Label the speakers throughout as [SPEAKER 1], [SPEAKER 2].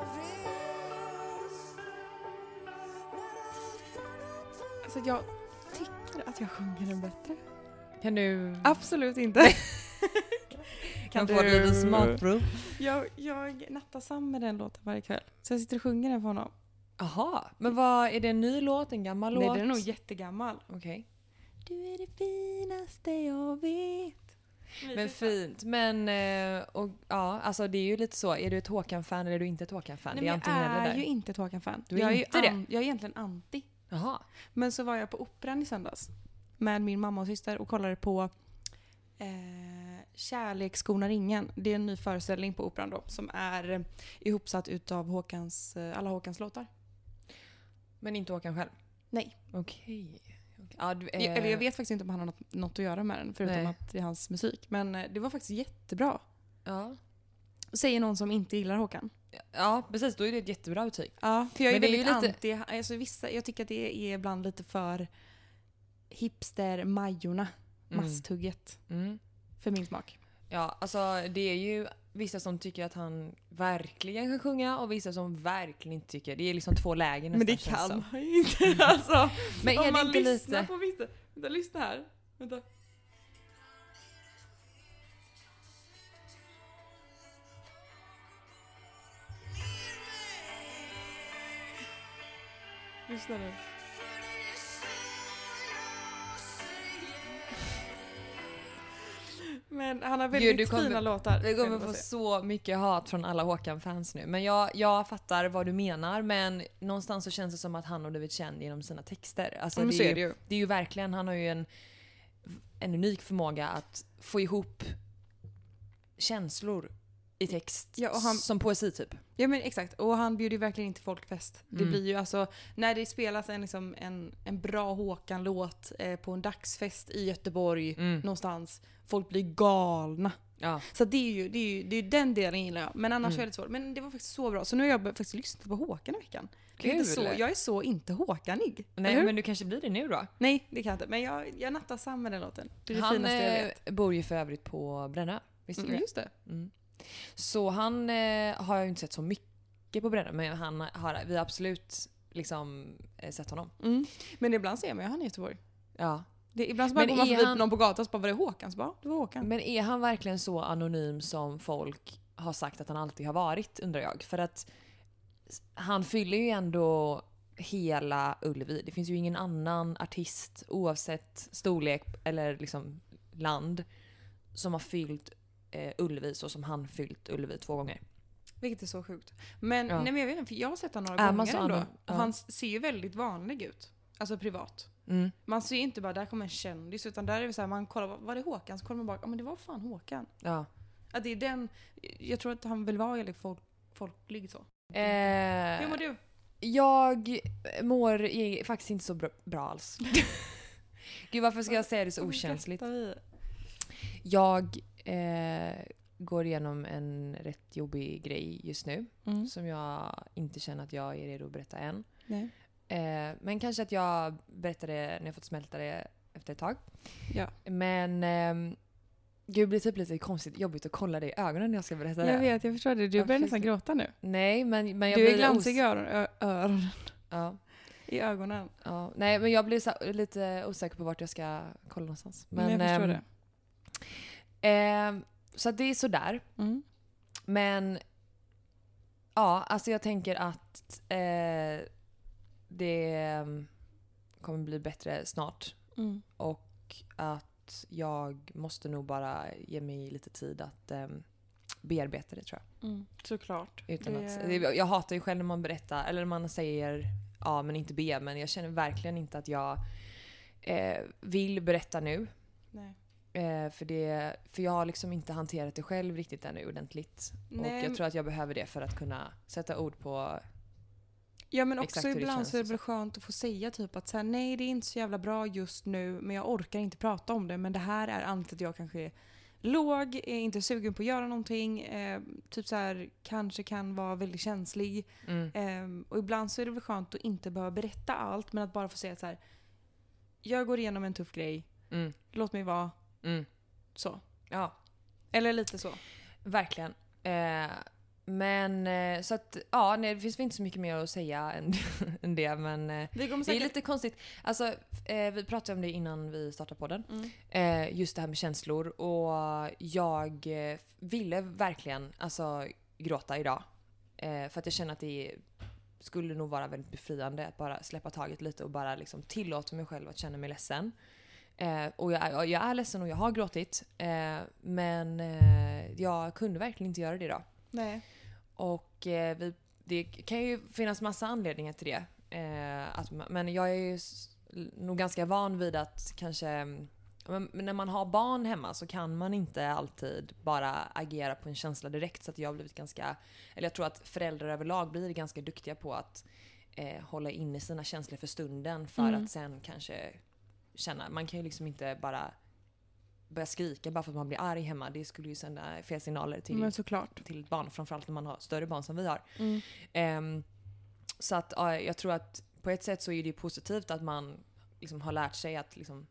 [SPEAKER 1] Så Alltså, jag tycker att jag sjunger den bättre.
[SPEAKER 2] Kan du...
[SPEAKER 1] Absolut inte.
[SPEAKER 2] Kan
[SPEAKER 1] du-
[SPEAKER 2] få ett litet smakprov?
[SPEAKER 1] Jag, jag nattar Sam med den låten varje kväll. Så jag sitter och sjunger den för honom.
[SPEAKER 2] Jaha, men vad, är det en ny låt? En gammal
[SPEAKER 1] Nej,
[SPEAKER 2] låt?
[SPEAKER 1] den är nog jättegammal.
[SPEAKER 2] Okej.
[SPEAKER 1] Du är det finaste jag vet.
[SPEAKER 2] Men fint. Men eh, och, ja, alltså det är ju lite så. Är du ett Håkan-fan eller är du inte ett Håkan-fan? Det
[SPEAKER 1] Nej,
[SPEAKER 2] är
[SPEAKER 1] men jag
[SPEAKER 2] antingen eller
[SPEAKER 1] är
[SPEAKER 2] där.
[SPEAKER 1] ju inte ett Håkan-fan.
[SPEAKER 2] Du är
[SPEAKER 1] jag
[SPEAKER 2] inte
[SPEAKER 1] är ju
[SPEAKER 2] det.
[SPEAKER 1] an- Jag är egentligen anti.
[SPEAKER 2] Jaha.
[SPEAKER 1] Men så var jag på Operan i söndags med min mamma och syster och kollade på eh, Kärlek skonar ingen. Det är en ny föreställning på Operan då som är eh, ihopsatt utav Håkans, eh, alla Håkans låtar.
[SPEAKER 2] Men inte Håkan själv?
[SPEAKER 1] Nej.
[SPEAKER 2] Okej. Okej. Ja, du, eh,
[SPEAKER 1] Jag- Eller jag vet faktiskt inte om han har något, något att göra med den förutom
[SPEAKER 2] Nej.
[SPEAKER 1] att det är hans musik. Men eh, det var faktiskt jättebra.
[SPEAKER 2] Ja.
[SPEAKER 1] Säger någon som inte gillar Håkan.
[SPEAKER 2] ja, precis. Då är det ett jättebra betyg.
[SPEAKER 1] Ja, för jag är
[SPEAKER 2] Men det är ju
[SPEAKER 1] väldigt
[SPEAKER 2] lite-
[SPEAKER 1] anti. Alltså vissa, jag tycker att det är ibland lite för hipster-Majorna.
[SPEAKER 2] Mm.
[SPEAKER 1] Masthugget.
[SPEAKER 2] Mm.
[SPEAKER 1] För min smak.
[SPEAKER 2] Ja, alltså det är ju vissa som tycker att han verkligen kan sjunga och vissa som verkligen inte tycker. Det är liksom två lägen
[SPEAKER 1] Men det
[SPEAKER 2] nästan, känns som.
[SPEAKER 1] kan han ju inte. Alltså,
[SPEAKER 2] Men
[SPEAKER 1] om
[SPEAKER 2] är det
[SPEAKER 1] man
[SPEAKER 2] inte
[SPEAKER 1] lyssnar
[SPEAKER 2] lite...
[SPEAKER 1] på vissa... Vänta, lyssna här. Vänta. Lyssna nu. Men han har väldigt
[SPEAKER 2] Gud, du kommer-
[SPEAKER 1] fina låtar.
[SPEAKER 2] Vi
[SPEAKER 1] kan
[SPEAKER 2] kommer
[SPEAKER 1] jag
[SPEAKER 2] få
[SPEAKER 1] bara säga.
[SPEAKER 2] så mycket hat från alla Håkan-fans nu. Men jag, jag fattar vad du menar men någonstans så känns det som att han har blivit känd genom sina texter. Alltså,
[SPEAKER 1] Ja, men så
[SPEAKER 2] det,
[SPEAKER 1] är det ju.
[SPEAKER 2] det är ju verkligen, han har ju en, en unik förmåga att få ihop känslor i text.
[SPEAKER 1] Ja, och han-
[SPEAKER 2] Som poesi typ.
[SPEAKER 1] Ja men exakt, och han bjuder ju verkligen in till folkfest. Det
[SPEAKER 2] Mm.
[SPEAKER 1] blir ju alltså, när det spelas en, liksom, en, en bra Håkan-låt eh, på en dagsfest i Göteborg
[SPEAKER 2] Mm.
[SPEAKER 1] någonstans, folk blir galna.
[SPEAKER 2] Ja.
[SPEAKER 1] Så det är ju, det är ju, det är ju den delen gillar jag. Men annars
[SPEAKER 2] Mm.
[SPEAKER 1] är det lite svårt. Men det var faktiskt så bra, så nu har jag faktiskt lyssnat på Håkan i veckan. Det är
[SPEAKER 2] Kul.
[SPEAKER 1] inte så, jag är så inte Håkanig.
[SPEAKER 2] Nej
[SPEAKER 1] eller hur?
[SPEAKER 2] men du kanske blir det nu då?
[SPEAKER 1] Nej det kan jag inte, men jag, jag nattar Sam med den låten. Det är det
[SPEAKER 2] Han
[SPEAKER 1] finaste jag
[SPEAKER 2] eh,
[SPEAKER 1] vet.
[SPEAKER 2] bor ju för övrigt på Brännö. Visste du
[SPEAKER 1] Mm,
[SPEAKER 2] det?
[SPEAKER 1] just det.
[SPEAKER 2] Mm. Så han eh, har jag ju inte sett så mycket på Brännö men han har, vi har absolut liksom, eh, sett honom.
[SPEAKER 1] Mm. Men ibland ser man ju han i Göteborg.
[SPEAKER 2] Ja.
[SPEAKER 1] Det, ibland så bara
[SPEAKER 2] Men
[SPEAKER 1] går man
[SPEAKER 2] är
[SPEAKER 1] förbi
[SPEAKER 2] han-
[SPEAKER 1] någon på gatan och så bara “Var det Håkan?” så bara, "Ja, “Det var Håkan”.
[SPEAKER 2] Men är han verkligen så anonym som folk har sagt att han alltid har varit undrar jag. För att s- han fyller ju ändå hela Ullevi. Det finns ju ingen annan artist oavsett storlek eller liksom land som har fyllt eh, Ullevi så som han fyllt Ullevi två gånger.
[SPEAKER 1] Vilket är så sjukt. Men,
[SPEAKER 2] Ja.
[SPEAKER 1] nej, men jag vet inte, för jag har sett honom några
[SPEAKER 2] Är man
[SPEAKER 1] gånger
[SPEAKER 2] så
[SPEAKER 1] ändå.
[SPEAKER 2] annan- ja.
[SPEAKER 1] Och han ser ju väldigt vanlig ut. Alltså privat.
[SPEAKER 2] Mm.
[SPEAKER 1] Man ser ju inte bara där kommer en kändis utan där är det så här, man kollar, var det Håkan? Så kollar man bak, ja men det var fan Håkan.
[SPEAKER 2] Ja.
[SPEAKER 1] Att det är den, jag tror att han vill vara väldigt folk, folklig så.
[SPEAKER 2] Mm.
[SPEAKER 1] Hur
[SPEAKER 2] Eh,
[SPEAKER 1] mår du?
[SPEAKER 2] jag mår i- faktiskt inte så bra, bra alls. Gud varför ska jag säga det så okänsligt?
[SPEAKER 1] Berättar vi.
[SPEAKER 2] Jag eh, går igenom en rätt jobbig grej just nu
[SPEAKER 1] Mm.
[SPEAKER 2] som jag inte känner att jag är redo att berätta än.
[SPEAKER 1] Nej.
[SPEAKER 2] Eh, men kanske att jag berättar det när jag fått smälta det efter ett tag.
[SPEAKER 1] Ja.
[SPEAKER 2] Men ehm, gud, det blir typ lite konstigt jobbigt att kolla dig i ögonen när jag ska berätta det.
[SPEAKER 1] Jag vet, jag förstår det. Du
[SPEAKER 2] Jag
[SPEAKER 1] börjar nästan
[SPEAKER 2] försöker-
[SPEAKER 1] gråta nu.
[SPEAKER 2] Nej, men, men jag
[SPEAKER 1] Du är
[SPEAKER 2] blir
[SPEAKER 1] glansig i
[SPEAKER 2] os-
[SPEAKER 1] öron, ö, öron,
[SPEAKER 2] ja,
[SPEAKER 1] i ögonen.
[SPEAKER 2] ja. Nej, men jag blir så- lite osäker på vart jag ska kolla någonstans. Men,
[SPEAKER 1] Men, jag förstår
[SPEAKER 2] ehm,
[SPEAKER 1] det.
[SPEAKER 2] ehm, så att det är sådär.
[SPEAKER 1] Mm.
[SPEAKER 2] Men ja, alltså jag tänker att eh, det eh, kommer bli bättre snart.
[SPEAKER 1] Mm.
[SPEAKER 2] Och att jag måste nog bara ge mig lite tid att eh, bearbeta det tror jag.
[SPEAKER 1] Mm. Såklart.
[SPEAKER 2] Utan
[SPEAKER 1] Det-
[SPEAKER 2] att, det- jag hatar ju själv när man berättar, eller när man säger A men inte B. Men jag känner verkligen inte att jag eh, vill berätta nu.
[SPEAKER 1] Nej.
[SPEAKER 2] Eh, för, det, för jag har liksom inte hanterat det själv riktigt ännu ordentligt.
[SPEAKER 1] Nej,
[SPEAKER 2] Och jag tror att jag behöver det för att kunna sätta ord på...
[SPEAKER 1] Ja men också
[SPEAKER 2] exakt hur det
[SPEAKER 1] ibland
[SPEAKER 2] känns liksom.
[SPEAKER 1] så är
[SPEAKER 2] och
[SPEAKER 1] det väl skönt att få säga typ att så här, nej det är inte så jävla bra just nu men jag orkar inte prata om det men det här är anledningen till att jag kanske är låg, är inte sugen på att göra någonting, eh, typ så här kanske kan vara väldigt känslig.
[SPEAKER 2] mm,
[SPEAKER 1] Eh, och ibland så är det väl skönt att inte behöva berätta allt men att bara få säga så här jag går igenom en tuff grej,
[SPEAKER 2] Mm.
[SPEAKER 1] låt mig vara
[SPEAKER 2] Mm.
[SPEAKER 1] så.
[SPEAKER 2] Ja,
[SPEAKER 1] Eller lite så.
[SPEAKER 2] verkligen. Eh, Men eh, så att, ja, nej, det finns väl inte så mycket mer att säga än, än det. Men eh,
[SPEAKER 1] Vi kommer
[SPEAKER 2] det är
[SPEAKER 1] säkert...
[SPEAKER 2] lite konstigt. Alltså, eh, vi pratade om det innan vi startade podden.
[SPEAKER 1] Mm.
[SPEAKER 2] Eh, just det här med känslor. Och jag eh, ville verkligen alltså, gråta idag. Eh, för att jag känner att det skulle nog vara väldigt befriande att bara släppa taget lite och bara liksom tillåta mig själv att känna mig ledsen. Eh, och jag, är- jag är ledsen och jag har gråtit. Eh, men eh, jag kunde verkligen inte göra det idag.
[SPEAKER 1] Nej.
[SPEAKER 2] Och eh, vi, det kan ju finnas massa anledningar till det. Eh, att, ma- men jag är ju s- nog ganska van vid att kanske... mm, Men men när man har barn hemma så kan man inte alltid bara agera på en känsla direkt. Så att jag har blivit ganska... Eller jag tror att föräldrar överlag blir ganska duktiga på att eh, hålla inne sina känslor för stunden för
[SPEAKER 1] Mm.
[SPEAKER 2] att sen kanske känna... Man kan ju liksom inte bara börja skrika bara för att man blir arg hemma. Det skulle ju sända fel signaler till
[SPEAKER 1] Men såklart.
[SPEAKER 2] till ett barn, framförallt när man har större barn som vi har. Ehm, så att ja, jag tror att på ett sätt så är det ju positivt att man liksom har lärt sig att liksom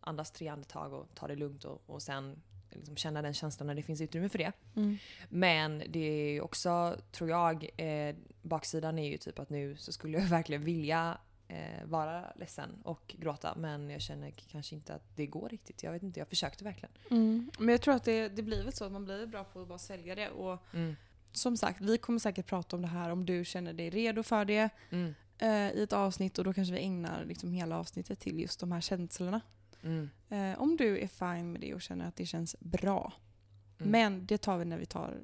[SPEAKER 2] andas tre andetag och ta det lugnt och, och sen liksom känna den känslan när det finns utrymme för det.
[SPEAKER 1] Mm.
[SPEAKER 2] Men det är ju också, tror jag, eh, baksidan är ju typ att nu så skulle jag verkligen vilja eh, vara ledsen och gråta men jag känner k- kanske inte att det går riktigt. Jag vet inte, jag försökte verkligen.
[SPEAKER 1] Mm. Men jag tror att det, det blir väl så att man blir bra på att bara sälja det. Och
[SPEAKER 2] Mm,
[SPEAKER 1] som sagt, vi kommer säkert prata om det här om du känner dig redo för det
[SPEAKER 2] Mm.
[SPEAKER 1] eh, i ett avsnitt och då kanske vi ägnar liksom hela avsnittet till just de här känslorna.
[SPEAKER 2] Mm.
[SPEAKER 1] Eh, om du är fine med det och känner att det känns bra.
[SPEAKER 2] Mm.
[SPEAKER 1] Men det tar vi när vi tar...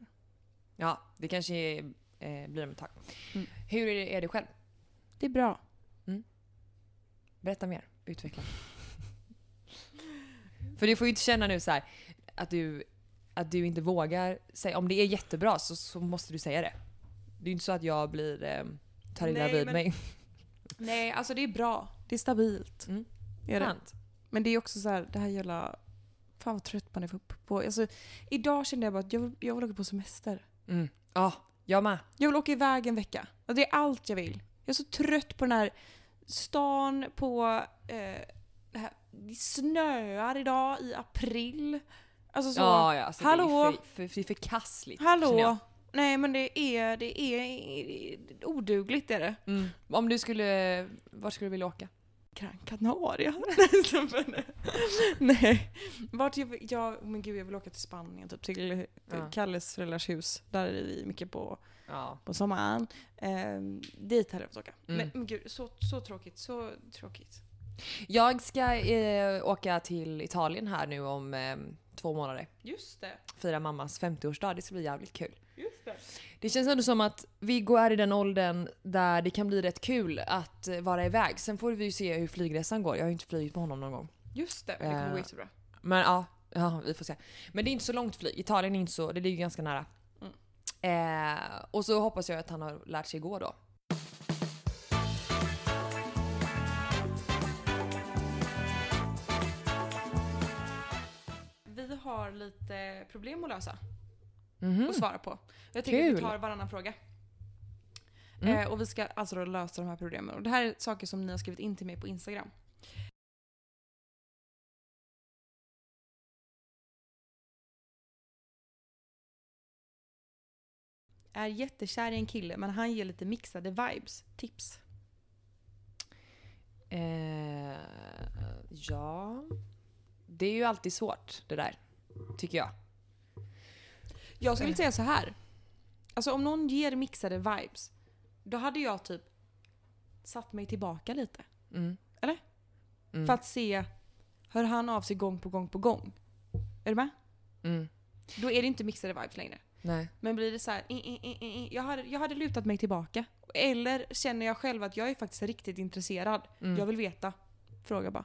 [SPEAKER 2] Ja, det kanske är, eh, blir om ett tag.
[SPEAKER 1] Mm.
[SPEAKER 2] Hur är det, är det själv?
[SPEAKER 1] Det är bra.
[SPEAKER 2] Berätta mer. Utveckla. För du får ju inte känna nu så här att du, att du inte vågar säga. Om det är jättebra så, så måste du säga det. Det är ju inte så att jag blir, eh, tar illa
[SPEAKER 1] Nej,
[SPEAKER 2] vid
[SPEAKER 1] men-
[SPEAKER 2] mig.
[SPEAKER 1] Nej, alltså det är bra. Det är stabilt.
[SPEAKER 2] Mm.
[SPEAKER 1] Är det.
[SPEAKER 2] Sant.
[SPEAKER 1] Men det är också så här, det här jävla... Fan vad trött man är på- på. Alltså, idag kände jag bara att jag, jag vill åka på semester.
[SPEAKER 2] Mm. Ja, jag med.
[SPEAKER 1] Jag vill åka iväg en vecka. Och det är allt jag vill. Jag är så trött på den här stan, på eh, det här. Det snöar idag i april. Alltså så.
[SPEAKER 2] ja, ja, alltså
[SPEAKER 1] hallå?
[SPEAKER 2] Det är för, för, det är förkastligt. känner jag.
[SPEAKER 1] hallå! Nej men det är, det är, det är odugligt är det.
[SPEAKER 2] Mm. Om du skulle, vart skulle du vilja åka?
[SPEAKER 1] Gran Canaria. Nej, så men- Nej. Vart jag, vill- jag, men gud jag vill åka till Spanien typ till
[SPEAKER 2] Ja.
[SPEAKER 1] Kalles föräldrars hus. Där är vi mycket på,
[SPEAKER 2] Ja.
[SPEAKER 1] på sommaren. Eh, dit hade jag velat åka.
[SPEAKER 2] Mm.
[SPEAKER 1] Men, men gud så, så tråkigt, så tråkigt.
[SPEAKER 2] Jag ska eh, åka till Italien här nu om eh, två månader.
[SPEAKER 1] Just det,
[SPEAKER 2] Fira mammas 50-årsdag, det ska bli jävligt kul.
[SPEAKER 1] just det.
[SPEAKER 2] Det känns ändå som att Viggo är i den åldern där det kan bli rätt kul att eh, vara iväg. Sen får vi ju se hur flygresan går. Jag har ju inte flygit med honom någon gång.
[SPEAKER 1] Just det, det kommer
[SPEAKER 2] Eh.
[SPEAKER 1] gå jättebra.
[SPEAKER 2] Men ja, ja, vi får se. Men det är inte så långt flyg. Italien är inte så, det ligger ganska nära.
[SPEAKER 1] Mm.
[SPEAKER 2] Eh, och så hoppas jag att han har lärt sig gå då.
[SPEAKER 1] Vi har lite problem att lösa
[SPEAKER 2] Mhm.
[SPEAKER 1] och svara på. Jag tycker att vi
[SPEAKER 2] Kul.
[SPEAKER 1] tar varannan fråga.
[SPEAKER 2] Mm.
[SPEAKER 1] Eh, och vi ska alltså då lösa de här problemen. Och det här är saker som ni har skrivit in till mig på Instagram. Är jättekär i en kille men han ger lite mixade vibes. Tips.
[SPEAKER 2] Eh, ja. Det är ju alltid svårt det där. Tycker jag.
[SPEAKER 1] Jag skulle
[SPEAKER 2] Eh.
[SPEAKER 1] säga så här. Alltså om någon ger mixade vibes, då hade jag typ satt mig tillbaka lite.
[SPEAKER 2] Mm.
[SPEAKER 1] Eller?
[SPEAKER 2] Mm.
[SPEAKER 1] För att se, hör han av sig gång på gång på gång? Är du med?
[SPEAKER 2] Mm.
[SPEAKER 1] Då är det inte mixade vibes längre.
[SPEAKER 2] Nej.
[SPEAKER 1] Men blir det så här, "Eh, i, i, i, i, i, jag, hade, jag hade lutat mig tillbaka. Eller känner jag själv att jag är faktiskt riktigt intresserad.
[SPEAKER 2] Mm.
[SPEAKER 1] Jag vill veta. Fråga bara.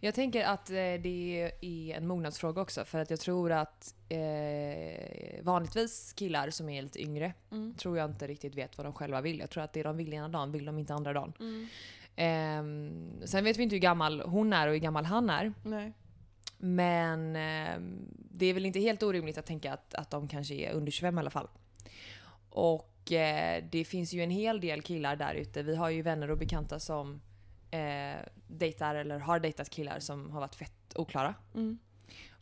[SPEAKER 2] Jag tänker att eh, det är en mognadsfråga också för att jag tror att eh, vanligtvis killar som är lite yngre tror jag inte riktigt vet vad de själva vill. Jag tror att det de vill ena dagen vill de inte andra dagen. Ehm, sen vet vi inte hur gammal hon är och hur gammal han är.
[SPEAKER 1] Nej.
[SPEAKER 2] Men ehm, det är väl inte helt orimligt att tänka att, att de kanske är under 25 i alla fall. Och eh, det finns ju en hel del killar där ute. Vi har ju vänner och bekanta som eh, dejtar eller har dejtat killar som har varit fett oklara.
[SPEAKER 1] Mm.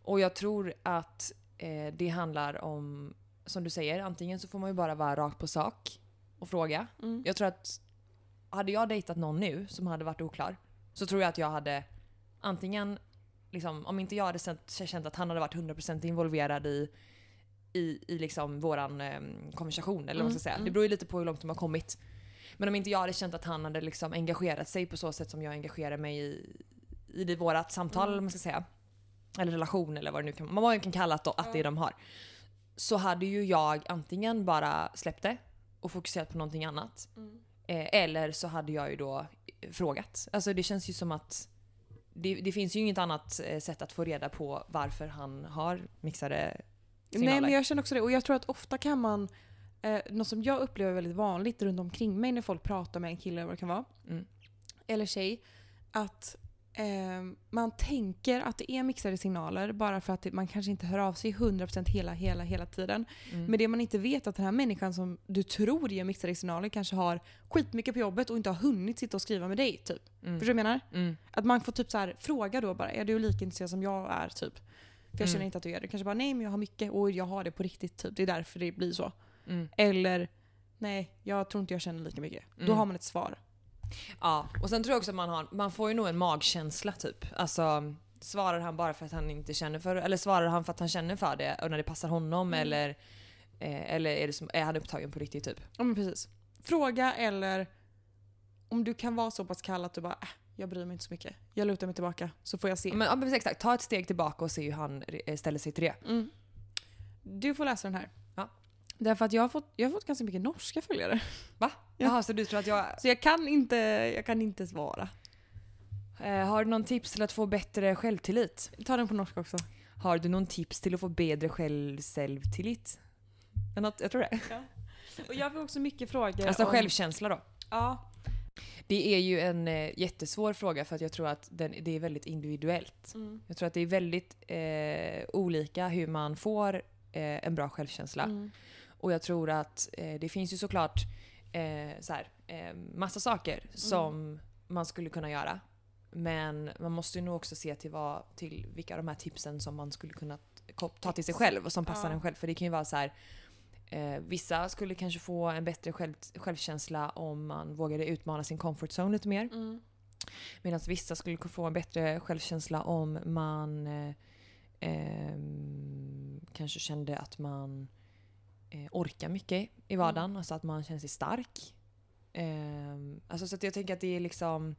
[SPEAKER 2] Och jag tror att eh, det handlar om som du säger, antingen så får man ju bara vara rakt på sak och fråga.
[SPEAKER 1] Mm.
[SPEAKER 2] Jag tror att hade jag dejtat någon nu som hade varit oklar så tror jag att jag hade antingen, liksom, om inte jag hade känt, känt att han hade varit 100% involverad i, i, i liksom våran eh, konversation eller vad man
[SPEAKER 1] Mm,
[SPEAKER 2] ska säga.
[SPEAKER 1] mm.
[SPEAKER 2] Det beror ju lite på hur långt de har kommit. Men om inte jag hade känt att han hade liksom engagerat sig på så sätt som jag engagerar mig i, i det, vårat samtal
[SPEAKER 1] Mm.
[SPEAKER 2] eller vad man ska säga. Eller relation eller vad det nu kan, man kan kalla att, att det är de har. Så hade ju jag antingen bara släppt det och fokuserat på någonting annat.
[SPEAKER 1] Mm.
[SPEAKER 2] Eh, eller så hade jag ju då eh, frågat. Alltså det känns ju som att det, det finns ju inget annat eh, sätt att få reda på varför han har mixade signaler.
[SPEAKER 1] Nej men jag känner också det. Och jag tror att ofta kan man, eh, något som jag upplever väldigt vanligt runt omkring mig när folk pratar med en kille eller vad det kan vara,
[SPEAKER 2] Mm.
[SPEAKER 1] eller tjej, att ehm, man tänker att det är mixade signaler bara för att det, man kanske inte hör av sig 100% hela, hela, hela tiden.
[SPEAKER 2] Mm.
[SPEAKER 1] Men det man inte vet är att den här människan som du tror ger mixade signaler kanske har skitmycket på jobbet och inte har hunnit sitta och skriva med dig. Typ.
[SPEAKER 2] Mm.
[SPEAKER 1] Förstår du vad jag menar?
[SPEAKER 2] Mm.
[SPEAKER 1] Att man får typ så här, fråga då bara, är du lika intresserad som jag är? Typ. För jag
[SPEAKER 2] Mm.
[SPEAKER 1] känner inte att du är det. Kanske bara, nej men jag har mycket och jag har det på riktigt. Typ. Det är därför det blir så.
[SPEAKER 2] Mm.
[SPEAKER 1] Eller, nej jag tror inte jag känner lika mycket. Då
[SPEAKER 2] Mm.
[SPEAKER 1] har man ett svar.
[SPEAKER 2] Ja, och sen tror jag också att man har, man får ju nog en magkänsla typ. Alltså svarar han bara för att han inte känner för eller svarar han för att han känner för det och när det passar honom
[SPEAKER 1] Mm.
[SPEAKER 2] eller eh, eller är, det som, är han upptagen på riktigt typ?
[SPEAKER 1] Ja men precis. Fråga eller om du kan vara så pass kall att du bara, äh, jag bryr mig inte så mycket. Jag lutar mig tillbaka så får jag se.
[SPEAKER 2] Men, ja, men exakt, ta ett steg tillbaka och se hur han eh, ställer sig till det.
[SPEAKER 1] Mm. Du får läsa den här.
[SPEAKER 2] Ja.
[SPEAKER 1] Därför att jag har, fått, jag har fått ganska mycket norska följare. Ja.
[SPEAKER 2] Jaha, så du tror att jag
[SPEAKER 1] Så jag kan inte, jag kan inte svara.
[SPEAKER 2] Eh, har du någon tips till att få bättre självtillit?
[SPEAKER 1] Ta den på norska också.
[SPEAKER 2] Har du någon tips till att få bättre själv- självtillit? Men något, jag tror det.
[SPEAKER 1] Och jag får också mycket frågor.
[SPEAKER 2] Alltså
[SPEAKER 1] om-
[SPEAKER 2] självkänsla då.
[SPEAKER 1] Ja.
[SPEAKER 2] Det är ju en eh, jättesvår fråga för att jag tror att den, det är väldigt individuellt.
[SPEAKER 1] Mm.
[SPEAKER 2] Jag tror att det är väldigt eh, olika hur man får eh, en bra självkänsla.
[SPEAKER 1] Mm.
[SPEAKER 2] Och jag tror att eh, det finns ju såklart eh, så här, eh, massa saker som man skulle kunna göra. Men man måste ju nog också se till, vad, till vilka av de här tipsen som man skulle kunna ko- ta till sig själv och som passar
[SPEAKER 1] Ja.
[SPEAKER 2] en själv. För det kan ju vara så här. Eh, vissa skulle kanske få en bättre själv, självkänsla om man vågade utmana sin comfort zone lite mer.
[SPEAKER 1] Mm.
[SPEAKER 2] Medan vissa skulle kunna få en bättre självkänsla om man eh, ehm, kanske kände att man eh, orkar mycket i vardagen. Alltså att man känner sig stark. Ehm, alltså så att jag tänker att det är liksom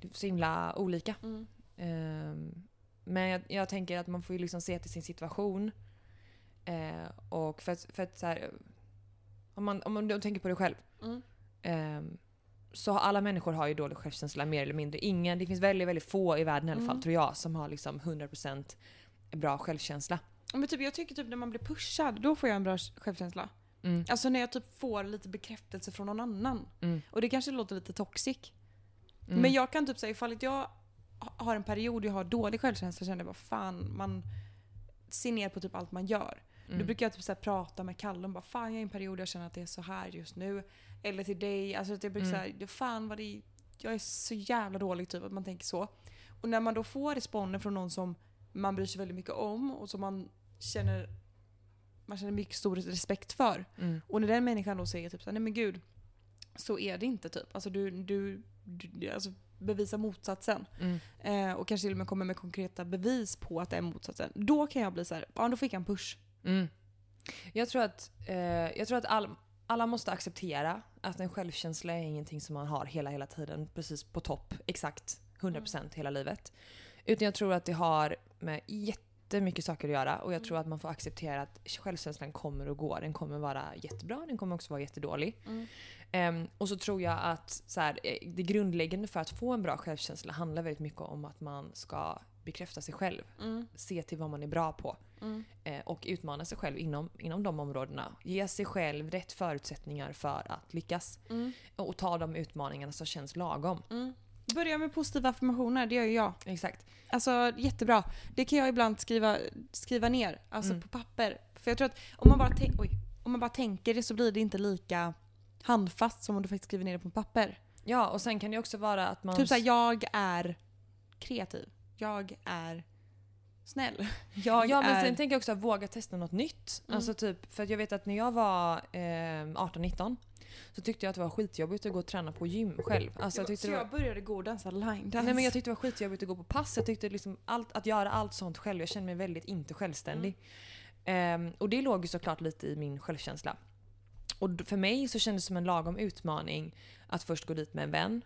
[SPEAKER 2] det är så himla olika.
[SPEAKER 1] Mm.
[SPEAKER 2] Ehm, men jag, jag tänker att man får ju liksom se till sin situation. Eh, och för att, för att så här, om, man, om du tänker på dig själv.
[SPEAKER 1] Mm.
[SPEAKER 2] Ehm, så har- alla människor har ju dålig självkänsla mer eller mindre. Ingen, det finns väldigt, väldigt få i världen i alla fall
[SPEAKER 1] Mm.
[SPEAKER 2] tror jag som har liksom 100% bra självkänsla.
[SPEAKER 1] Men typ, jag tycker typ när man blir pushad, då får jag en bra självkänsla.
[SPEAKER 2] Mm.
[SPEAKER 1] Alltså när jag typ får lite bekräftelse från någon annan.
[SPEAKER 2] Mm.
[SPEAKER 1] Och det kanske låter lite toxic.
[SPEAKER 2] Mm.
[SPEAKER 1] Men jag kan typ säga ifall att jag ha- har en period jag har dålig självkänsla känner jag bara fan man ser ner på typ allt man gör. Då
[SPEAKER 2] Mm.
[SPEAKER 1] brukar jag typ så här prata med Kalle och bara fan jag är i en period jag känner att det är så här just nu. Eller till dig. Alltså att jag brukar
[SPEAKER 2] Mm.
[SPEAKER 1] mm. säga fan vad det jag är så jävla dålig typ att man tänker så. Och när man då får responden från någon som man bryr sig väldigt mycket om och som man känner man känner mycket stor respekt för.
[SPEAKER 2] Mm.
[SPEAKER 1] Och när den människan då säger typ så här, nej men gud, så är det inte typ. Alltså du, du, du, du alltså bevisar motsatsen.
[SPEAKER 2] Mm.
[SPEAKER 1] Eh, och kanske till och med kommer med konkreta bevis på att det är motsatsen. Då kan jag bli så här, ja då fick jag en push.
[SPEAKER 2] Mm. Jag tror att, eh, jag tror att all, alla måste acceptera att en självkänsla är ingenting som man har hela, hela tiden, precis på topp, exakt 100% hela livet. Utan jag tror att det har med jättemycket saker att göra och jag tror att man får acceptera att självkänslan kommer och går. Den kommer vara jättebra, den kommer också vara jättedålig.
[SPEAKER 1] Mm.
[SPEAKER 2] Ehm, och så tror jag att så här, eh, det grundläggande för att få en bra självkänsla handlar väldigt mycket om att man ska bekräfta sig själv, se till vad man är bra på eh, och utmana sig själv inom, inom de områdena. Ge sig själv rätt förutsättningar för att lyckas och och ta de utmaningarna som känns lagom.
[SPEAKER 1] Börja med positiva affirmationer, det gör ju jag.
[SPEAKER 2] Exakt.
[SPEAKER 1] Alltså jättebra. Det kan jag ibland skriva, skriva ner, alltså
[SPEAKER 2] Mm.
[SPEAKER 1] på papper. För jag tror att om man, bara tän- oj, om man bara tänker det så blir det inte lika handfast som om du faktiskt skriver ner det på papper.
[SPEAKER 2] Ja, och sen kan det också vara att man...
[SPEAKER 1] Typ såhär, jag är kreativ. Jag är snäll. Jag
[SPEAKER 2] ja men
[SPEAKER 1] är...
[SPEAKER 2] sen tänker jag också att våga testa något nytt.
[SPEAKER 1] Mm.
[SPEAKER 2] Alltså typ, för att jag vet att när jag var eh, 18-19 så tyckte jag att det var skitjobbigt att gå och träna på gym själv. Alltså, jag tyckte
[SPEAKER 1] så
[SPEAKER 2] det
[SPEAKER 1] jag
[SPEAKER 2] var,
[SPEAKER 1] började gå och dansa line dance.
[SPEAKER 2] nej, men jag tyckte det var skitjobbigt att gå på pass. Jag tyckte liksom allt, att göra allt sånt själv. Jag kände mig väldigt inte självständig. Ehm, och det låg ju såklart lite i min självkänsla. Och d- för mig så kändes det som en lagom utmaning att först gå dit med en vän.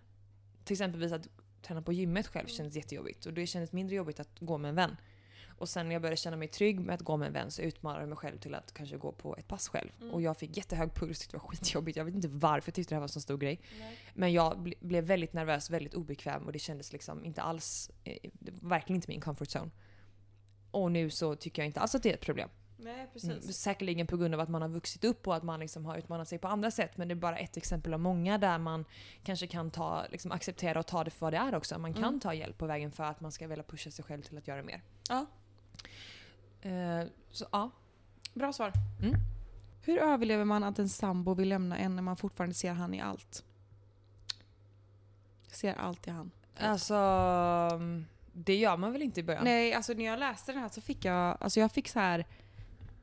[SPEAKER 2] Till exempelvis att träna på gymmet själv kändes jättejobbigt och det kändes mindre jobbigt att gå med en vän. Och sen när jag började känna mig trygg med att gå med en vän så utmanade jag mig själv till att kanske gå på ett pass själv. Och jag fick jättehög puls, tyckte det var skitjobbigt. Jag vet inte varför jag tyckte det här var en så stor grej. Men jag ble- blev väldigt nervös, väldigt obekväm och det kändes liksom inte alls, eh, det var verkligen inte min comfort zone. Och nu så tycker jag inte alls att det är ett problem.
[SPEAKER 1] Nej
[SPEAKER 2] Mm,
[SPEAKER 1] precis.
[SPEAKER 2] säkerligen på grund av att man har vuxit upp och att man liksom har utmanat sig på andra sätt. Men det är bara ett exempel av många där man kanske kan ta, liksom acceptera och ta det för vad det är också. Man kan
[SPEAKER 1] Mm.
[SPEAKER 2] ta hjälp på vägen för att man ska vilja pusha sig själv till att göra mer.
[SPEAKER 1] Ja.
[SPEAKER 2] Eh, så ja.
[SPEAKER 1] Bra svar.
[SPEAKER 2] Mm.
[SPEAKER 1] Hur överlever man att en sambo vill lämna en när man fortfarande ser han i allt? Ser allt i han.
[SPEAKER 2] Alltså, mm, det gör man väl inte i början?
[SPEAKER 1] Nej, alltså när jag läste den här så fick jag, alltså jag fick så här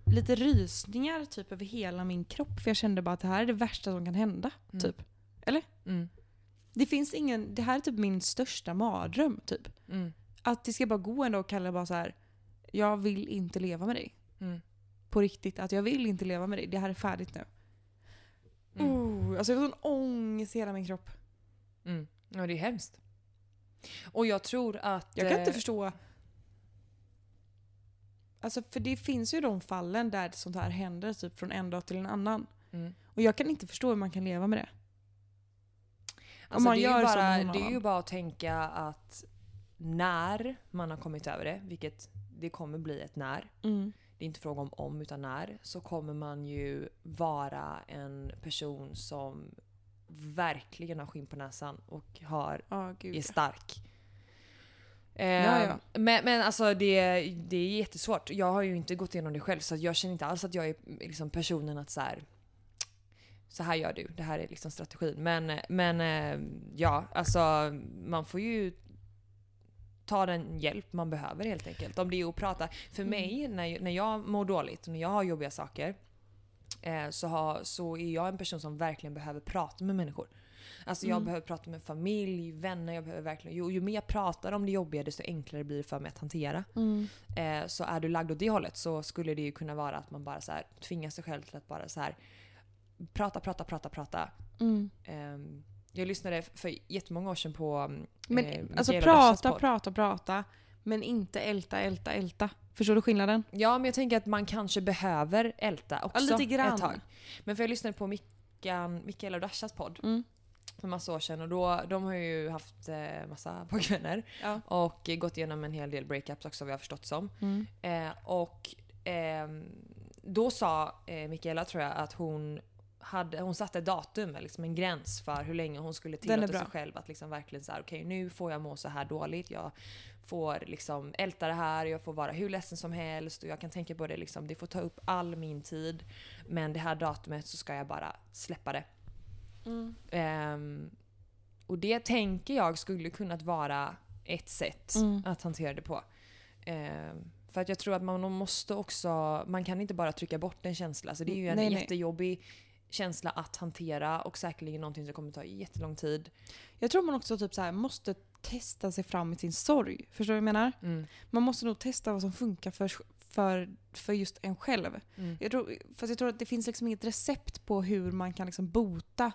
[SPEAKER 1] lite rysningar typ över hela min kropp. För jag kände bara att det här är det värsta som kan hända.
[SPEAKER 2] Mm.
[SPEAKER 1] Typ.
[SPEAKER 2] Mm.
[SPEAKER 1] Det finns ingen, det här är typ min största mardröm typ.
[SPEAKER 2] Mm.
[SPEAKER 1] Att det ska bara gå en dag och Kalle bara så här. jag vill inte leva med dig.
[SPEAKER 2] Mm.
[SPEAKER 1] På riktigt, att jag vill inte leva med dig. Det här är färdigt nu.
[SPEAKER 2] Mm.
[SPEAKER 1] Oh, alltså jag får sån ångest i hela min kropp.
[SPEAKER 2] Mm. Ja, det är hemskt. Och jag tror att...
[SPEAKER 1] Jag kan inte
[SPEAKER 2] eh,
[SPEAKER 1] förstå. Alltså för det finns ju de fallen där sånt här händer typ från en dag till en annan.
[SPEAKER 2] Mm.
[SPEAKER 1] Och jag kan inte förstå hur man kan leva med det.
[SPEAKER 2] Alltså,
[SPEAKER 1] man
[SPEAKER 2] det, är
[SPEAKER 1] gör
[SPEAKER 2] ju
[SPEAKER 1] så
[SPEAKER 2] bara,
[SPEAKER 1] med någon
[SPEAKER 2] det är ju
[SPEAKER 1] annan.
[SPEAKER 2] bara att tänka att när man har kommit över det, vilket det kommer bli ett när.
[SPEAKER 1] Mm.
[SPEAKER 2] Det är inte fråga om om utan när. Så kommer man ju vara en person som verkligen har skinn på näsan och har,
[SPEAKER 1] Ja, gud.
[SPEAKER 2] är stark. Eh,
[SPEAKER 1] Ja, ja.
[SPEAKER 2] Men, men alltså det, det är jättesvårt. Jag har ju inte gått igenom det själv så att jag känner inte alls att jag är liksom personen att så här, så här gör du, det här är liksom strategin. Men, men eh, ja, alltså man får ju ta den hjälp man behöver helt enkelt. Om det är att prata. För
[SPEAKER 1] Mm.
[SPEAKER 2] mig, när, när jag mår dåligt och när jag har jobbiga saker eh, så, har, så är jag en person som verkligen behöver prata med människor. Alltså jag
[SPEAKER 1] Mm.
[SPEAKER 2] behöver prata med familj, vänner, jag behöver verkligen... Ju, ju mer jag pratar om det jobbiga desto enklare blir det för mig att hantera.
[SPEAKER 1] Mm.
[SPEAKER 2] Eh, så är du lagd åt det hållet så skulle det ju kunna vara att man bara så här, tvingar sig själv till att bara så här prata, prata, prata, prata.
[SPEAKER 1] Mm.
[SPEAKER 2] Ehm, jag lyssnade f- för jättemånga år sedan på... mm,
[SPEAKER 1] Men
[SPEAKER 2] eh,
[SPEAKER 1] alltså
[SPEAKER 2] Mikaela Dashas
[SPEAKER 1] prata,
[SPEAKER 2] podd.
[SPEAKER 1] prata, prata. Men inte älta, älta, älta. Förstår du skillnaden?
[SPEAKER 2] Ja, men jag tänker att man kanske behöver älta också
[SPEAKER 1] lite grann.
[SPEAKER 2] ett tag. Men för jag lyssnade på Mickan, Mikaela Dashas podd
[SPEAKER 1] Mm.
[SPEAKER 2] för massa år sedan och då, de har ju haft eh, massa pojkvänner
[SPEAKER 1] Ja.
[SPEAKER 2] och eh, gått igenom en hel del breakups också vad jag har förstått som.
[SPEAKER 1] Mm.
[SPEAKER 2] Eh, och ehm, då sa eh, Mikaela tror jag att hon hade, hon satte ett datum, liksom en gräns för hur länge hon skulle
[SPEAKER 1] Den är
[SPEAKER 2] tillåta
[SPEAKER 1] bra.
[SPEAKER 2] sig själv att liksom verkligen så här, okej nu får jag må så här dåligt, jag får liksom älta det här, jag får vara hur ledsen som helst och jag kan tänka på det liksom, det får ta upp all min tid. Men det här datumet så ska jag bara släppa det.
[SPEAKER 1] Mm.
[SPEAKER 2] Ehm, och det tänker jag skulle kunnat vara ett sätt
[SPEAKER 1] Mm.
[SPEAKER 2] att hantera det på. Ehm, för att jag tror att man måste också, man kan inte bara trycka bort en känsla. Så det är ju en
[SPEAKER 1] Mm, Nej, nej.
[SPEAKER 2] jättejobbig känsla att hantera och säkerligen någonting som kommer ta jättelång tid.
[SPEAKER 1] Jag tror man också typ så här, måste testa sig fram i sin sorg. Förstår du vad jag menar? Man måste nog testa vad som funkar för, för, för just en själv.
[SPEAKER 2] Mm.
[SPEAKER 1] Jag tror, fast jag tror att det finns liksom inget recept på hur man kan liksom bota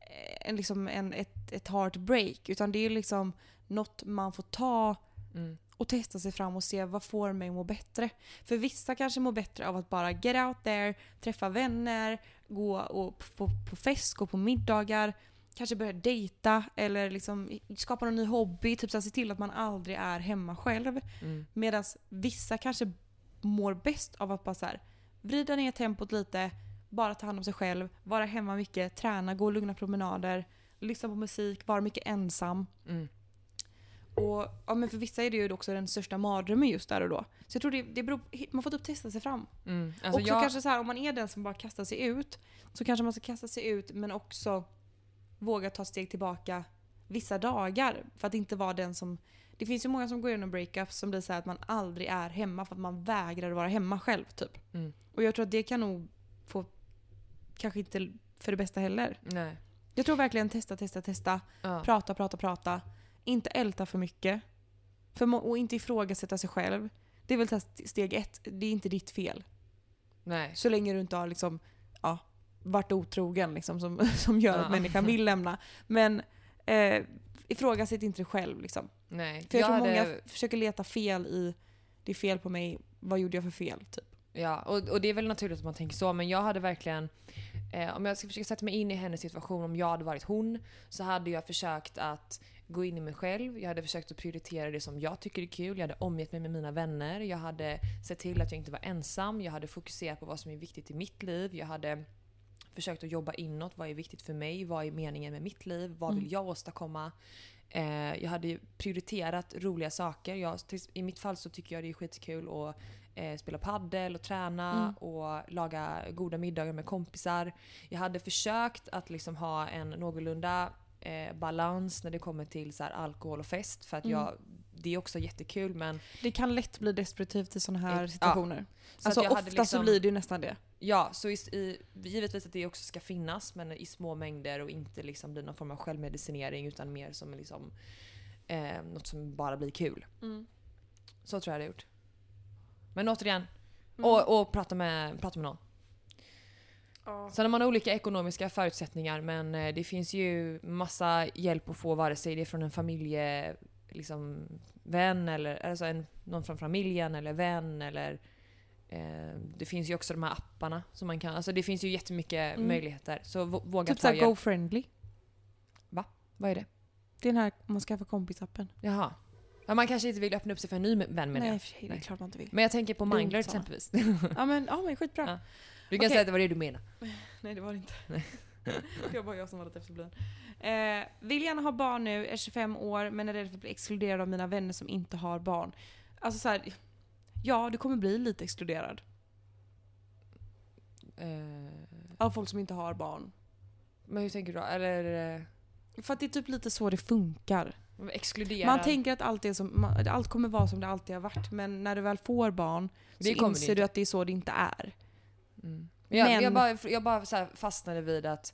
[SPEAKER 1] eh, en, liksom en, ett, ett heartbreak. Utan det är liksom något man får ta
[SPEAKER 2] Mm.
[SPEAKER 1] och testa sig fram och se vad får mig att må bättre. För vissa kanske mår bättre av att bara get out there, träffa vänner, gå och p- på, på fest, gå på middagar, kanske börja dejta eller liksom i- skapa någon ny hobby. Typ så här, se till att man aldrig är hemma själv.
[SPEAKER 2] Mm.
[SPEAKER 1] Medan vissa kanske mår bäst av att bara så här, vrida ner tempot lite, bara ta hand om sig själv, vara hemma mycket, träna, gå lugna promenader, lyssna på musik, vara mycket ensam.
[SPEAKER 2] Mm.
[SPEAKER 1] Och, ja, men för vissa är det ju också den största mardrömmen just där och då. Så jag tror det, det beror, man får typ testa sig fram.
[SPEAKER 2] Mm. Alltså
[SPEAKER 1] och så
[SPEAKER 2] jag,
[SPEAKER 1] kanske så här, om man är den som bara kastar sig ut så kanske man ska kasta sig ut men också våga ta steg tillbaka. vissa dagar. För att inte vara den som... Det finns ju många som går igenom breakups som blir så här att man aldrig är hemma för att man vägrar vara hemma själv. Typ.
[SPEAKER 2] Mm.
[SPEAKER 1] Och jag tror att det kan nog få... Kanske inte för det bästa heller.
[SPEAKER 2] Nej.
[SPEAKER 1] Jag tror verkligen testa, testa, testa.
[SPEAKER 2] Ja.
[SPEAKER 1] Prata, prata, prata. Inte älta för mycket. För må- och inte ifrågasätta sig själv. Det är väl test- steg ett. Det är inte ditt fel.
[SPEAKER 2] Nej.
[SPEAKER 1] Så länge du inte har liksom, ja, varit otrogen liksom, som, som gör
[SPEAKER 2] Ja.
[SPEAKER 1] att människan vill lämna. Men eh, ifrågasätt inte dig själv. Liksom.
[SPEAKER 2] Nej.
[SPEAKER 1] För jag, tror
[SPEAKER 2] hade-
[SPEAKER 1] många f- försöker leta fel i det är fel på mig, vad gjorde jag för fel? Typ.
[SPEAKER 2] Ja, och, och det är väl naturligt att man tänker så, men jag hade verkligen... Eh, om jag ska försöka sätta mig in i hennes situation, om jag hade varit hon, så hade jag försökt att gå in i mig själv. Jag hade försökt att prioritera det som jag tycker är kul. Jag hade omgett mig med mina vänner. Jag hade sett till att jag inte var ensam. Jag hade fokuserat på vad som är viktigt i mitt liv. Jag hade försökt att jobba inåt. Vad är viktigt för mig? Vad är meningen med mitt liv? Vad vill jag åstadkomma? Eh, jag hade ju prioriterat roliga saker. Jag, till, I mitt fall så tycker jag det är skitkul att eh, spela paddel och träna och laga goda middagar med kompisar. Jag hade försökt att liksom ha en någorlunda eh, balans när det kommer till så här, alkohol och fest för att
[SPEAKER 1] Mm.
[SPEAKER 2] jag, det är också jättekul men...
[SPEAKER 1] Det kan lätt bli destruktivt i sådana här
[SPEAKER 2] Ja.
[SPEAKER 1] situationer.
[SPEAKER 2] Så
[SPEAKER 1] Alltså,
[SPEAKER 2] att jag
[SPEAKER 1] ofta
[SPEAKER 2] hade
[SPEAKER 1] så
[SPEAKER 2] liksom-
[SPEAKER 1] blir det ju nästan det.
[SPEAKER 2] Ja, så i, i, givetvis att det också ska finnas men i små mängder och inte liksom bli någon form av självmedicinering utan mer som liksom, eh, något som bara blir kul.
[SPEAKER 1] Mm.
[SPEAKER 2] Så tror jag det gjort. Men återigen,
[SPEAKER 1] Mm.
[SPEAKER 2] och, och prata, med, prata med någon. Sen har man olika ekonomiska förutsättningar men eh, det finns ju massa hjälp att få vare sig det är från en familje, liksom, vän eller alltså en, någon från familjen eller vän eller eh, det finns ju också de här apparna som man kan, alltså det finns ju jättemycket
[SPEAKER 1] Mm.
[SPEAKER 2] möjligheter. Så vå- våga
[SPEAKER 1] Typ
[SPEAKER 2] ta
[SPEAKER 1] såhär
[SPEAKER 2] hjälp.
[SPEAKER 1] GoFriendly.
[SPEAKER 2] Vad är det?
[SPEAKER 1] Det är den här man skaffar kompisappen.
[SPEAKER 2] Jaha. Ja, man kanske inte vill öppna upp sig för en ny vän menar
[SPEAKER 1] Nej,
[SPEAKER 2] jag.
[SPEAKER 1] för sig, det är
[SPEAKER 2] Nej.
[SPEAKER 1] klart man inte vill.
[SPEAKER 2] Men jag tänker på
[SPEAKER 1] Dumt,
[SPEAKER 2] Mangler
[SPEAKER 1] Sanna.
[SPEAKER 2] exempelvis.
[SPEAKER 1] Ja men, ja, men skitbra.
[SPEAKER 2] Ja. Du kan
[SPEAKER 1] Okej.
[SPEAKER 2] säga att det var det du menade.
[SPEAKER 1] Nej det var det inte. det var bara jag som var lite efterbliven. Eh, vill gärna ha barn nu, är 25 år men är rädd för att bli exkluderad av mina vänner som inte har barn. Alltså så här, ja du kommer bli lite exkluderad
[SPEAKER 2] Eh,
[SPEAKER 1] av folk som inte har barn.
[SPEAKER 2] men hur tänker du då? Eller eh,
[SPEAKER 1] För att det är typ lite så det funkar.
[SPEAKER 2] exkluderad?
[SPEAKER 1] Man tänker att allt, är som, man- allt kommer vara som det alltid har varit men när du väl får barn
[SPEAKER 2] Det
[SPEAKER 1] så
[SPEAKER 2] kommer det
[SPEAKER 1] inser du
[SPEAKER 2] inte.
[SPEAKER 1] att det är så det inte är.
[SPEAKER 2] Mm. Men jag,
[SPEAKER 1] Men-
[SPEAKER 2] jag bara, jag bara så här fastnade vid att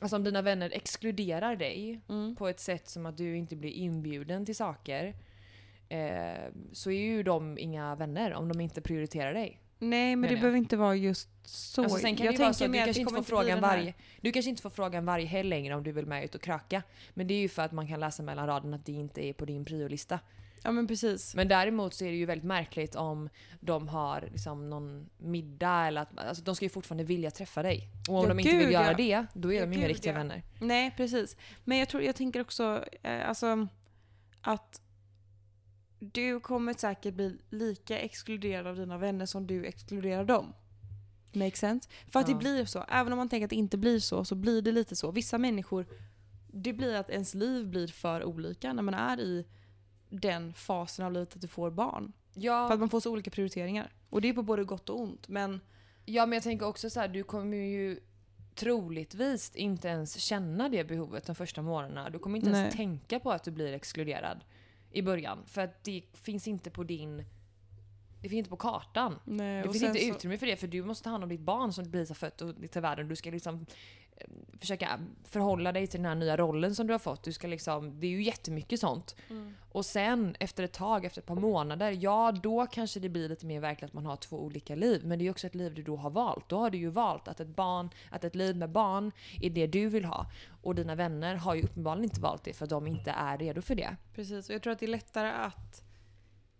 [SPEAKER 2] alltså om dina vänner exkluderar dig på ett sätt som att du inte blir inbjuden till saker eh, så är ju de inga vänner om de inte prioriterar dig.
[SPEAKER 1] Nej men
[SPEAKER 2] Menar
[SPEAKER 1] det
[SPEAKER 2] jag.
[SPEAKER 1] behöver inte vara just så.
[SPEAKER 2] Alltså sen kan det
[SPEAKER 1] jag
[SPEAKER 2] ju vara så
[SPEAKER 1] tänker
[SPEAKER 2] att du
[SPEAKER 1] mer
[SPEAKER 2] kanske,
[SPEAKER 1] det
[SPEAKER 2] inte
[SPEAKER 1] kommer
[SPEAKER 2] får
[SPEAKER 1] bli
[SPEAKER 2] frågan
[SPEAKER 1] den här-
[SPEAKER 2] varje, du kanske inte får frågan varje helg längre om du vill med ut och kröka. Men det är ju för att man kan läsa mellan raderna att det inte är på din priolista.
[SPEAKER 1] Ja men precis.
[SPEAKER 2] Men däremot så är det ju väldigt märkligt om de har liksom någon middag eller att alltså de ska ju fortfarande vilja träffa dig. Och om
[SPEAKER 1] Ja,
[SPEAKER 2] de inte
[SPEAKER 1] gud,
[SPEAKER 2] vill göra
[SPEAKER 1] ja.
[SPEAKER 2] det, då är
[SPEAKER 1] Ja,
[SPEAKER 2] de inga
[SPEAKER 1] gud,
[SPEAKER 2] riktiga
[SPEAKER 1] ja.
[SPEAKER 2] vänner.
[SPEAKER 1] Nej, precis. Men jag, tror, jag tänker också eh, alltså, att du kommer säkert bli lika exkluderad av dina vänner som du exkluderar dem. Makes sense? För att
[SPEAKER 2] Ja.
[SPEAKER 1] det blir så. Även om man tänker att det inte blir så, så blir det lite så. Vissa människor, det blir att ens liv blir för olika när man är i den fasen av livet att du får barn. För
[SPEAKER 2] Ja,
[SPEAKER 1] att man får så olika prioriteringar. Och det är på både gott och ont. Men
[SPEAKER 2] ja, men jag tänker också så här, du kommer ju troligtvis inte ens känna det behovet de första månaderna. Du kommer inte
[SPEAKER 1] Nej.
[SPEAKER 2] ens tänka på att du blir exkluderad i början. För att det finns inte på din... Det finns inte på kartan.
[SPEAKER 1] nej,
[SPEAKER 2] Det
[SPEAKER 1] Eh, och
[SPEAKER 2] finns
[SPEAKER 1] sen
[SPEAKER 2] inte
[SPEAKER 1] så-
[SPEAKER 2] utrymme för det för du måste ta hand om ditt barn som precis har fött och till världen. Du ska liksom eh, försöka förhålla dig till den här nya rollen som du har fått. Du ska liksom, det är ju jättemycket sånt.
[SPEAKER 1] Mm.
[SPEAKER 2] Och sen efter ett tag, efter ett par månader, ja då kanske det blir lite mer verkligt att man har två olika liv. Men det är ju också ett liv du då har valt. Då har du ju valt att ett barn, att ett liv med barn är det du vill ha. Och dina vänner har ju uppenbarligen inte valt det för de inte är redo för det.
[SPEAKER 1] Precis, och jag tror att det är lättare att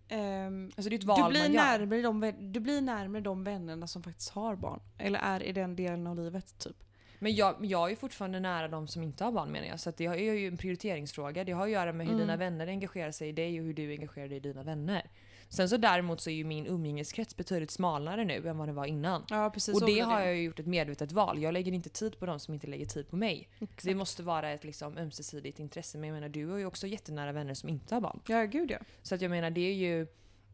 [SPEAKER 1] ehm,
[SPEAKER 2] Alltså det är ett
[SPEAKER 1] Du
[SPEAKER 2] val
[SPEAKER 1] blir,
[SPEAKER 2] man gör.
[SPEAKER 1] närmare de, vän- du blir närmare de vännerna som faktiskt har barn. Eller är i den delen av livet typ.
[SPEAKER 2] Men jag, men jag är ju fortfarande nära de som inte har barn menar jag. Så att det är ju en prioriteringsfråga. Det har att göra med hur
[SPEAKER 1] Mm.
[SPEAKER 2] dina vänner engagerar sig i dig och hur du engagerar dig i dina vänner. Sen så däremot så är ju min umgängeskrets betydligt smalare nu än vad den var innan.
[SPEAKER 1] Ja precis.
[SPEAKER 2] och det har jag ju gjort ett medvetet val. Jag lägger inte tid på de som inte lägger tid på mig. Det måste vara ett liksom ömsesidigt intresse. Men jag menar du har ju också jättenära vänner som inte har barn.
[SPEAKER 1] Ja gud ja.
[SPEAKER 2] Så att jag menar det är ju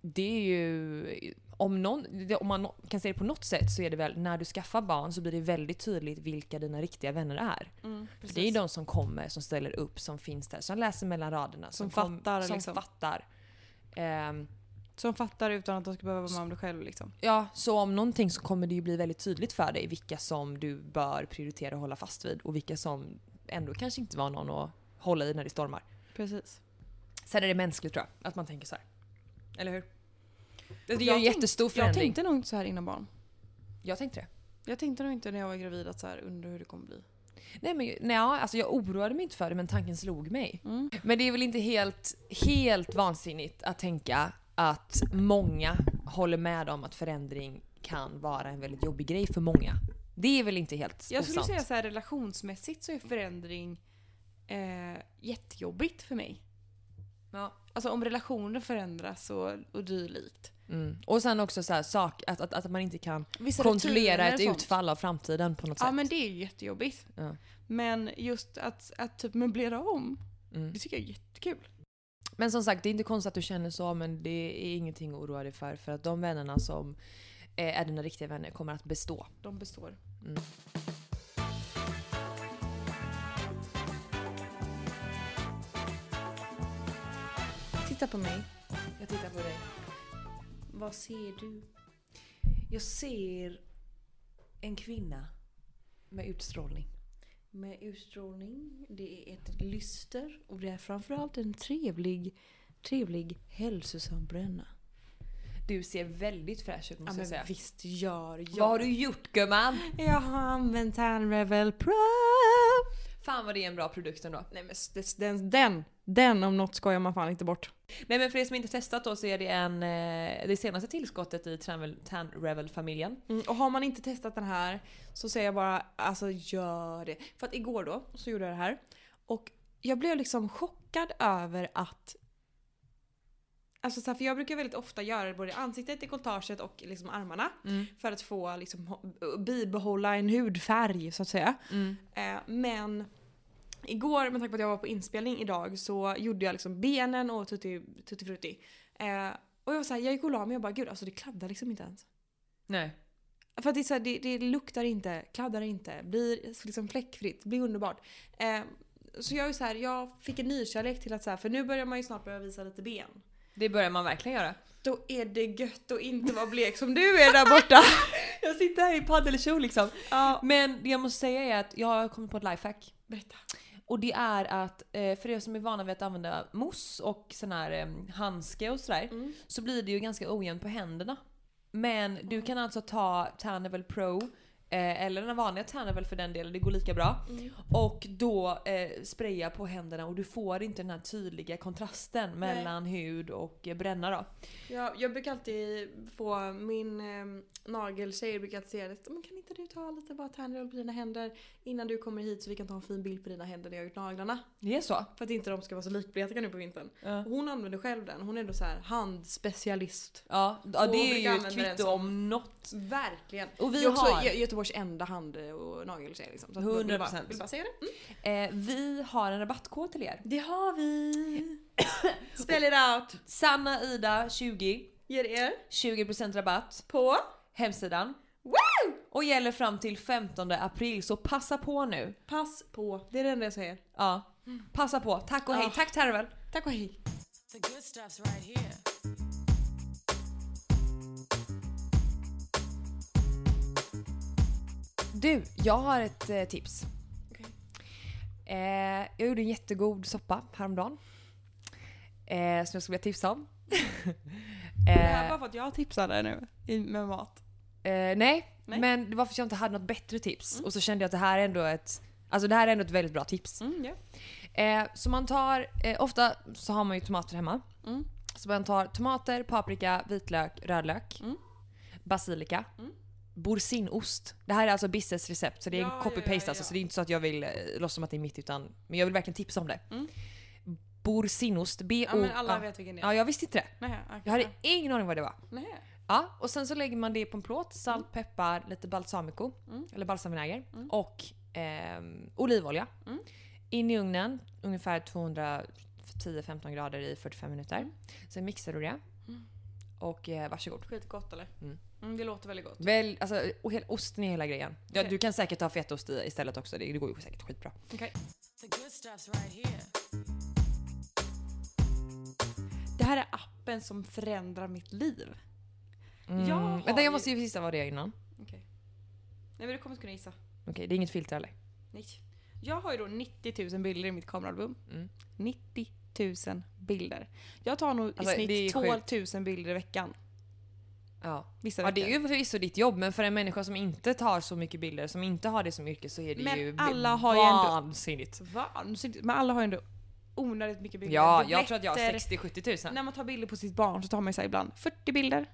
[SPEAKER 2] det är ju... Om, någon, det- om man kan se det på något sätt så är det väl när du skaffar barn så blir det väldigt tydligt vilka dina riktiga vänner är.
[SPEAKER 1] Mm,
[SPEAKER 2] För det är ju de som kommer, som ställer upp, som finns där, som läser mellan raderna.
[SPEAKER 1] Som
[SPEAKER 2] kom-
[SPEAKER 1] fattar,
[SPEAKER 2] Som
[SPEAKER 1] liksom.
[SPEAKER 2] fattar. Ehm,
[SPEAKER 1] Som fattar utan att de ska behöva vara med om det själv liksom.
[SPEAKER 2] ja, så om någonting så kommer det ju bli väldigt tydligt för dig vilka som du bör prioritera och hålla fast vid och vilka som ändå kanske inte var någon att hålla i när det stormar.
[SPEAKER 1] Precis.
[SPEAKER 2] Sen är det mänskligt tror jag, att man tänker så här. Eller hur? Det är
[SPEAKER 1] Jag
[SPEAKER 2] ju en
[SPEAKER 1] tänk-
[SPEAKER 2] jättestor
[SPEAKER 1] Jag
[SPEAKER 2] förändring.
[SPEAKER 1] tänkte nog inte så här innan barn.
[SPEAKER 2] jag tänkte det.
[SPEAKER 1] Jag tänkte nog inte när jag var gravid att så här undra hur det kommer bli.
[SPEAKER 2] Nej, men, nej, alltså jag oroade mig inte för det men tanken slog mig.
[SPEAKER 1] Mm.
[SPEAKER 2] Men det är väl inte helt, helt vansinnigt att tänka att många håller med om att förändring kan vara en väldigt jobbig grej för många. Det är väl inte helt
[SPEAKER 1] Jag skulle
[SPEAKER 2] osant?
[SPEAKER 1] säga så här relationsmässigt så är förändring eh, jättejobbigt för mig.
[SPEAKER 2] Ja.
[SPEAKER 1] Alltså om relationer förändras och, och dylikt.
[SPEAKER 2] Mm. Och sen också så här, sak, att, att, att man inte kan
[SPEAKER 1] Vissa
[SPEAKER 2] kontrollera
[SPEAKER 1] rutiner
[SPEAKER 2] ett
[SPEAKER 1] och sånt.
[SPEAKER 2] utfall av framtiden på något
[SPEAKER 1] Ja
[SPEAKER 2] sätt.
[SPEAKER 1] men det är ju jättejobbigt.
[SPEAKER 2] Ja.
[SPEAKER 1] Men just att, att typ möblera om,
[SPEAKER 2] Mm.
[SPEAKER 1] det tycker jag är jättekul.
[SPEAKER 2] Men som sagt, det är inte konstigt att du känner så men det är ingenting att oroa dig för. För att de vännerna som eh, är dina riktiga vänner kommer att bestå.
[SPEAKER 1] De består. Titta på mig.
[SPEAKER 2] Jag tittar på dig.
[SPEAKER 1] Vad ser du?
[SPEAKER 2] Jag ser en kvinna med utstrålning.
[SPEAKER 1] Med utstrålning, det är ett lyster och det är framförallt en trevlig, trevlig hälsosam bränna.
[SPEAKER 2] Du ser väldigt fräsch ut
[SPEAKER 1] Ja
[SPEAKER 2] måste
[SPEAKER 1] men
[SPEAKER 2] jag säga.
[SPEAKER 1] visst gör jag.
[SPEAKER 2] Vad har du gjort gumman?
[SPEAKER 1] Jag har använt Tan Revel Pro!
[SPEAKER 2] Fan vad det är en bra produkt ändå.
[SPEAKER 1] Nej men s- den, den, den om något skojar man fan inte bort.
[SPEAKER 2] Nej men för er som inte testat då så är det en, eh, det senaste tillskottet i Tan- Tan Revel-familjen.
[SPEAKER 1] Mm, och har man inte testat den här så säger jag bara alltså gör det. För att igår då så gjorde jag det här och jag blev liksom chockad över att Alltså så här, för jag brukar väldigt ofta göra det både i ansiktet, dekolletaget och liksom armarna. För att få liksom, ho- bibehålla en hudfärg så att säga. Eh, men igår, med tanke på att jag var på inspelning idag, så gjorde jag liksom benen och tutti, tutti frutti. Eh, och jag var så här, jag gick och la mig och jag bara gud alltså det kladdar liksom inte ens.
[SPEAKER 2] Nej.
[SPEAKER 1] För att det, är så här, det, det luktar inte, kladdar inte, blir liksom fläckfritt, blir underbart. Eh, så jag är så här, jag fick en nykärlek till att så här, för nu börjar man ju snart börja visa lite ben.
[SPEAKER 2] Det börjar man verkligen göra.
[SPEAKER 1] Då är det gött att inte vara blek som du är där borta.
[SPEAKER 2] Jag sitter här i paddelkjol liksom.
[SPEAKER 1] ja,
[SPEAKER 2] Men det jag måste säga är att jag har kommit på ett lifehack.
[SPEAKER 1] berätta.
[SPEAKER 2] Och det är att, eh, för er som är vana vid att använda mousse och sån här eh, handske och sådär,
[SPEAKER 1] Mm.
[SPEAKER 2] så blir det ju ganska ojämnt på händerna. Men du kan alltså ta Tannival Pro, eh, eller den vanliga Tannival för den delen, det går lika bra.
[SPEAKER 1] Mm.
[SPEAKER 2] Och då eh, spraya på händerna och du får inte den här tydliga kontrasten mellan hud och eh, bränna då.
[SPEAKER 1] Jag, jag brukar alltid få min eh, nageltjej brukar alltid säga det. Men kan inte du ta lite bara tandroll på dina händer innan du kommer hit så vi kan ta en fin bild på dina händer när jag har gjort naglarna.
[SPEAKER 2] Det är så?
[SPEAKER 1] För att inte de ska vara så likbleka nu på vintern.
[SPEAKER 2] Ja.
[SPEAKER 1] Och Hon använder själv den. Hon är då så här handspecialist.
[SPEAKER 2] Ja, ja
[SPEAKER 1] Och
[SPEAKER 2] det
[SPEAKER 1] hon
[SPEAKER 2] är
[SPEAKER 1] brukar
[SPEAKER 2] ju ett
[SPEAKER 1] använda den
[SPEAKER 2] kvitto
[SPEAKER 1] som-
[SPEAKER 2] om något.
[SPEAKER 1] Verkligen.
[SPEAKER 2] Och vi
[SPEAKER 1] det är också
[SPEAKER 2] har...
[SPEAKER 1] Gö- Göteborgs enda hand eh, och nageltjej. Liksom. Så att jag Vill bara,
[SPEAKER 2] 100%.
[SPEAKER 1] vill bara säga det.
[SPEAKER 2] Eh, vi har en rabattkod till er.
[SPEAKER 1] Det har vi. Spell it out.
[SPEAKER 2] Sanna Ida 20
[SPEAKER 1] Ger er
[SPEAKER 2] 20% rabatt.
[SPEAKER 1] på.
[SPEAKER 2] Hemsidan.
[SPEAKER 1] Woo!
[SPEAKER 2] Och gäller fram till 15 april så passa på nu.
[SPEAKER 1] Pass på. Det är det enda jag säger.
[SPEAKER 2] Ja. Passa på. Tack och hej.
[SPEAKER 1] Ja.
[SPEAKER 2] Tack Tervel.
[SPEAKER 1] Tack och hej.
[SPEAKER 3] The good stuff's right here.
[SPEAKER 2] Du, jag har ett eh, tips. Eh, jag gjorde en jättegod soppa häromdagen. Eh, som jag skulle vilja tipsa om.
[SPEAKER 1] Det här
[SPEAKER 2] eh,
[SPEAKER 1] var för att jag tipsade nu i- med mat.
[SPEAKER 2] eh, nej,
[SPEAKER 1] Nej. Mm.
[SPEAKER 2] men det var för att jag inte hade något bättre tips. Och så kände jag att det här är ändå ett, alltså det här är ändå ett väldigt bra tips.
[SPEAKER 1] Mm, ja.
[SPEAKER 2] Eh, så man tar, eh, ofta så har man ju tomater hemma.
[SPEAKER 1] Mm.
[SPEAKER 2] Så man tar tomater, paprika, vitlök, rödlök,
[SPEAKER 1] Mm.
[SPEAKER 2] basilika,
[SPEAKER 1] Mm.
[SPEAKER 2] borsinost. Det här är alltså Bisses recept så det är
[SPEAKER 1] Ja,
[SPEAKER 2] en copy-paste
[SPEAKER 1] ja, ja, ja.
[SPEAKER 2] alltså. Så det är inte så att jag vill eh, låtsas som att det är mitt utan, men jag vill verkligen tipsa om det.
[SPEAKER 1] Mm.
[SPEAKER 2] Borsinost, B-O...
[SPEAKER 1] Oh, ja men alla
[SPEAKER 2] ja.
[SPEAKER 1] vet vilken det är.
[SPEAKER 2] Ja, jag visste inte det.
[SPEAKER 1] Nej, okej.
[SPEAKER 2] Jag hade ingen aning vad det var.
[SPEAKER 1] Nej.
[SPEAKER 2] Ja, och sen så lägger man det på en plåt. Salt, peppar, lite balsamico.
[SPEAKER 1] Mm.
[SPEAKER 2] Eller balsamvinäger.
[SPEAKER 1] Mm.
[SPEAKER 2] Och ehm, olivolja.
[SPEAKER 1] Mm.
[SPEAKER 2] In i ugnen, ungefär 210-15 grader i 45 minuter. Sen mixar du det.
[SPEAKER 1] Mm.
[SPEAKER 2] Och eh, varsågod.
[SPEAKER 1] Skitgott eller?
[SPEAKER 2] Mm.
[SPEAKER 1] det låter väldigt gott.
[SPEAKER 2] Väl, alltså, och hel, osten är hela grejen. Ja,
[SPEAKER 1] Okej.
[SPEAKER 2] Du kan säkert ha fetaost i istället också, det, det går ju säkert skitbra.
[SPEAKER 1] Okej.
[SPEAKER 3] The good stuff's right here.
[SPEAKER 1] Det här är appen som förändrar mitt liv.
[SPEAKER 2] Mm.
[SPEAKER 1] Jag har
[SPEAKER 2] Vänta,
[SPEAKER 1] ju-
[SPEAKER 2] jag måste ju gissa vad det är innan.
[SPEAKER 1] Nej men du kommer inte kunna gissa.
[SPEAKER 2] Okej, det är inget filter eller?
[SPEAKER 1] Nej. Jag har ju då 90 000 bilder i mitt kameraalbum.
[SPEAKER 2] Mm.
[SPEAKER 1] 90 000 bilder. Jag tar nog
[SPEAKER 2] Alltså,
[SPEAKER 1] i
[SPEAKER 2] det är
[SPEAKER 1] snitt 12 000 bilder i veckan.
[SPEAKER 2] Ja.
[SPEAKER 1] Vissa
[SPEAKER 2] ja,
[SPEAKER 1] veckor.
[SPEAKER 2] det är ju förvisso ditt jobb, men för en människa som inte tar så mycket bilder, som inte har det som yrke så är det
[SPEAKER 1] Men
[SPEAKER 2] ju
[SPEAKER 1] alla har ju ändå-
[SPEAKER 2] vansinnigt.
[SPEAKER 1] vansinnigt. Men alla har ju ändå onödigt mycket bilder.
[SPEAKER 2] Ja, jag tror att jag har
[SPEAKER 1] Tabletter.
[SPEAKER 2] 60-70 000.
[SPEAKER 1] När man tar bilder på sitt barn så tar man ju så här ibland 40 bilder.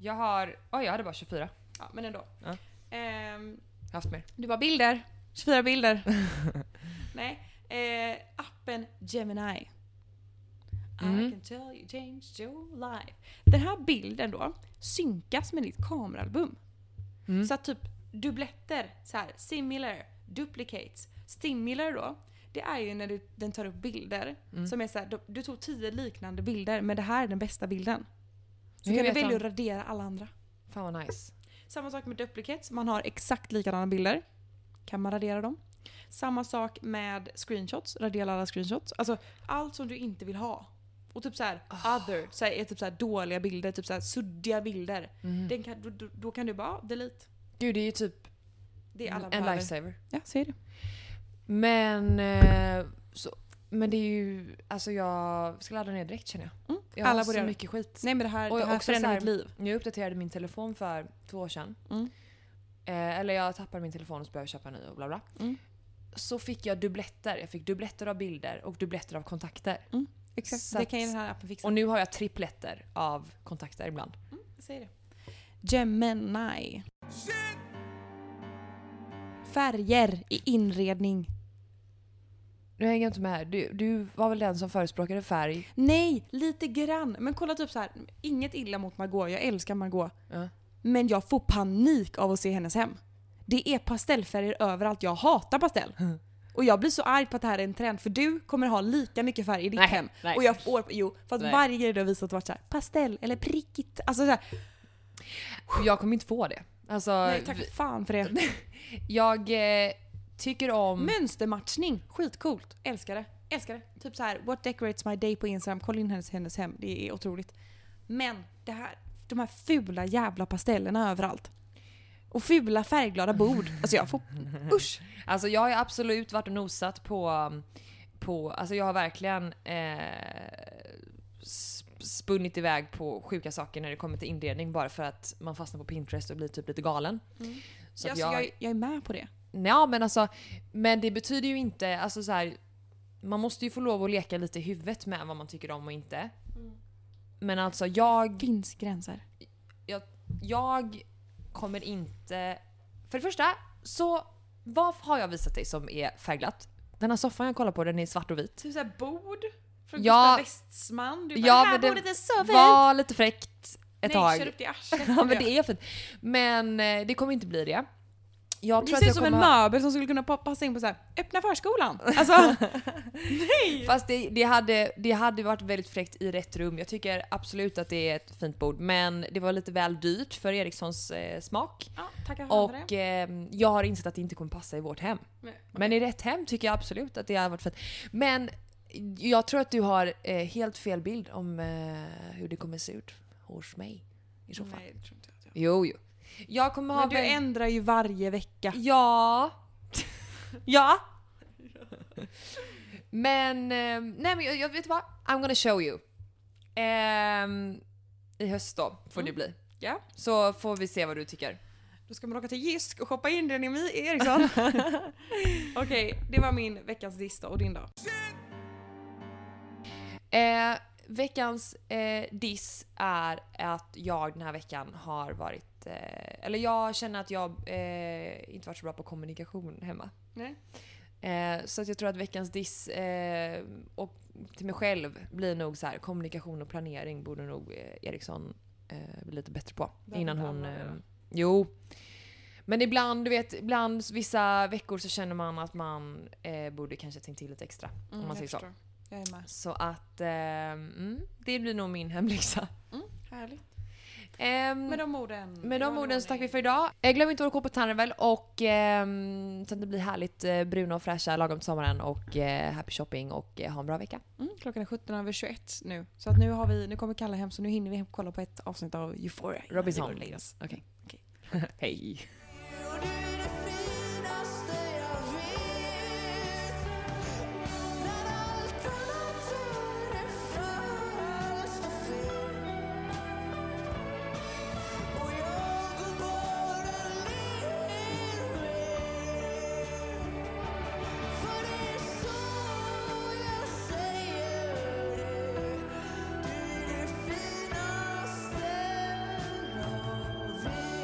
[SPEAKER 2] Jag har... Oj, jag hade bara 24.
[SPEAKER 1] Ja, men ändå.
[SPEAKER 2] Ja.
[SPEAKER 1] Ehm,
[SPEAKER 2] Jag har haft mer.
[SPEAKER 1] du bara bilder. 24 bilder. Nej. Eh, appen Gemini. I
[SPEAKER 2] Mm.
[SPEAKER 1] can tell you changed your life. Den här bilden då synkas med ditt kameraalbum.
[SPEAKER 2] Mm.
[SPEAKER 1] Så att typ dubbletter, så här, similar, duplicates. Similar då, det är ju när du, den tar upp bilder
[SPEAKER 2] Mm.
[SPEAKER 1] som är så här, du, du tog tio liknande bilder men det här är den bästa bilden. Så
[SPEAKER 2] Hur
[SPEAKER 1] kan du
[SPEAKER 2] vet
[SPEAKER 1] välja
[SPEAKER 2] de?
[SPEAKER 1] att radera alla andra.
[SPEAKER 2] Fan vad nice.
[SPEAKER 1] Samma sak med duplicates, man har exakt likadana bilder. Kan man radera dem? Samma sak med screenshots, radera alla screenshots. Alltså allt som du inte vill ha. Och typ så här,
[SPEAKER 2] Ah.
[SPEAKER 1] other, så här, är typ så här dåliga bilder, typ så här suddiga bilder. Den kan, då, då, då kan du bara, delete.
[SPEAKER 2] Gud, det är ju typ
[SPEAKER 1] Det är alla
[SPEAKER 2] en
[SPEAKER 1] behöver.
[SPEAKER 2] lifesaver.
[SPEAKER 1] Ja, säger det.
[SPEAKER 2] Men... Eh, så, men det är ju... Alltså jag ska ladda ner direkt känner jag.
[SPEAKER 1] Mm.
[SPEAKER 2] Jag
[SPEAKER 1] Alla
[SPEAKER 2] har så
[SPEAKER 1] borde
[SPEAKER 2] mycket skit.
[SPEAKER 1] Nej men det här,
[SPEAKER 2] Och
[SPEAKER 1] det här
[SPEAKER 2] också så
[SPEAKER 1] förändrar
[SPEAKER 2] här-
[SPEAKER 1] mitt liv.
[SPEAKER 2] Jag uppdaterade min telefon för två år sedan.
[SPEAKER 1] Mm.
[SPEAKER 2] Eh, eller jag tappade min telefon och så behöver jag köpa en ny och bla bla.
[SPEAKER 1] Mm.
[SPEAKER 2] Så fick jag dubbletter. Jag fick dubbletter av bilder och dubbletter av kontakter.
[SPEAKER 1] Mm, Exakt,
[SPEAKER 2] Så
[SPEAKER 1] det
[SPEAKER 2] att-
[SPEAKER 1] kan ju liksom. den här appen fixa.
[SPEAKER 2] Och nu har jag tripletter av kontakter ibland.
[SPEAKER 1] Säg det. Gemini. Färger i inredning.
[SPEAKER 2] Nu hänger jag inte med. Du, du var väl den som förespråkade färg?
[SPEAKER 1] Nej, lite grann. Men kolla typ så här. inget illa mot Margot, jag älskar Margot.
[SPEAKER 2] Ja.
[SPEAKER 1] Men jag får panik av att se hennes hem. Det är pastellfärger överallt, jag hatar pastell. Och jag blir så arg på att det här är en trend för du kommer ha lika mycket färg i ditt
[SPEAKER 2] Nej,
[SPEAKER 1] hem.
[SPEAKER 2] nej.
[SPEAKER 1] Och jag får, jo, för att
[SPEAKER 2] Nej.
[SPEAKER 1] varje grej du har visat har varit så här, pastell eller prickigt. Alltså så här,
[SPEAKER 2] Jag kommer inte få det. Alltså,
[SPEAKER 1] nej tack fan för det.
[SPEAKER 2] jag eh, tycker om...
[SPEAKER 1] Mm. Mönstermatchning, skitcoolt. Älskar det. Älskar det. Typ så här, what decorates my day på Instagram. Kolla in hennes, hennes hem, det är otroligt. Men det här, de här fula jävla pastellerna överallt. Och fula färgglada bord. Alltså jag får... Usch!
[SPEAKER 2] Alltså jag har ju absolut varit och nosat på, um, på alltså jag har verkligen eh, sp- spunnit iväg på sjuka saker när det kommer till inredning bara för att man fastnar på Pinterest och blir typ lite galen. Så att
[SPEAKER 1] alltså, jag... Jag, är med på det.
[SPEAKER 2] Ja men alltså, men det betyder ju inte, alltså så här, man måste ju få lov att leka lite i huvudet med vad man tycker om och inte.
[SPEAKER 3] Mm.
[SPEAKER 2] Men alltså jag,
[SPEAKER 1] Finns gränser.
[SPEAKER 2] jag, jag kommer inte... För det första, så vad har jag visat dig som är färgglatt? Den här soffan jag kollar på den är svart och vit.
[SPEAKER 1] Typ såhär bord från
[SPEAKER 2] Ja.
[SPEAKER 1] Gustav Westman. Du
[SPEAKER 2] bara, Ja, "Det här men det bordet
[SPEAKER 1] är så
[SPEAKER 2] Var lite fräckt ett
[SPEAKER 1] Nej, kör
[SPEAKER 2] tag.
[SPEAKER 1] upp det i arslet.
[SPEAKER 2] Ja, men det är fint. Men eh, det kommer inte bli det. Jag tror
[SPEAKER 1] det
[SPEAKER 2] att
[SPEAKER 1] ser
[SPEAKER 2] jag
[SPEAKER 1] ut som en
[SPEAKER 2] kommer ha-
[SPEAKER 1] möbel som skulle kunna pa- passa in på så här, öppna förskolan. Alltså,
[SPEAKER 2] Fast det, det, hade, det hade varit väldigt fräckt i rätt rum. Jag tycker absolut att det är ett fint bord men det var lite väl dyrt för Erikssons eh, smak.
[SPEAKER 1] ja, tackar fan för det.
[SPEAKER 2] Och eh, jag har insett att det inte kommer passa i vårt hem.
[SPEAKER 1] Nej.
[SPEAKER 2] Men i rätt hem tycker jag absolut att det har varit fint. Men eh, jag tror att du har eh, helt fel bild om eh, hur det kommer se ut hos mig. I så fall.
[SPEAKER 1] Nej, det tror inte jag att jag.
[SPEAKER 2] Jo, jo. Jag kommer ha...
[SPEAKER 1] Men du
[SPEAKER 2] väl-
[SPEAKER 1] ändrar ju varje vecka.
[SPEAKER 2] Ja. ja. men, eh, nej men jag, jag vet vad? I'm gonna show you. Ehm, I höst då får det bli.
[SPEAKER 1] Mm. Ja.
[SPEAKER 2] Så får vi se vad du tycker.
[SPEAKER 1] Då ska man åka till Jysk och shoppa in den i Mi Eriksson. Okej, det var min veckans diss då, och din då.
[SPEAKER 2] Eh, veckans eh, diss är att jag den här veckan har varit... Eh, eller jag känner att jag eh, inte varit så bra på kommunikation hemma.
[SPEAKER 1] Nej.
[SPEAKER 2] Eh, så att jag tror att veckans diss eh, och till mig själv blir nog så här kommunikation och planering borde nog eh, Eriksson eh, bli lite bättre på.
[SPEAKER 1] Behöver
[SPEAKER 2] innan
[SPEAKER 1] inte
[SPEAKER 2] hon...
[SPEAKER 1] alla det
[SPEAKER 2] Eh,
[SPEAKER 1] då?
[SPEAKER 2] jo. Men ibland, du vet, ibland vissa veckor så känner man att man eh, borde kanske tänkt till lite extra. om man säger så.
[SPEAKER 1] Jag är med.
[SPEAKER 2] Så att eh, mm, det blir nog min hemläxa.
[SPEAKER 1] Här Härligt.
[SPEAKER 2] Ehm,
[SPEAKER 1] Med de orden.
[SPEAKER 2] Med de
[SPEAKER 1] var
[SPEAKER 2] orden
[SPEAKER 1] det
[SPEAKER 2] så
[SPEAKER 1] ordning.
[SPEAKER 2] tackar vi för idag. Eh, glöm inte att gå på Tarnvel och ehm, så att det blir härligt eh, bruna och fräscha lagom till sommaren och eh, happy shopping och eh, ha en bra vecka.
[SPEAKER 1] Mm, klockan är 17 över 21 nu. Så att nu, har vi, nu kommer Kalle hem så nu hinner vi hem kolla på ett avsnitt av Euphoria. innan
[SPEAKER 2] Robinson.
[SPEAKER 1] det går och lägger oss.
[SPEAKER 2] Okej.
[SPEAKER 1] Okej.
[SPEAKER 2] Hej.
[SPEAKER 3] Det är det finaste jag vet När allt annat gör det falskt och fel Och jag går bara ler mer För det är så jag säger det Det är det finaste jag vet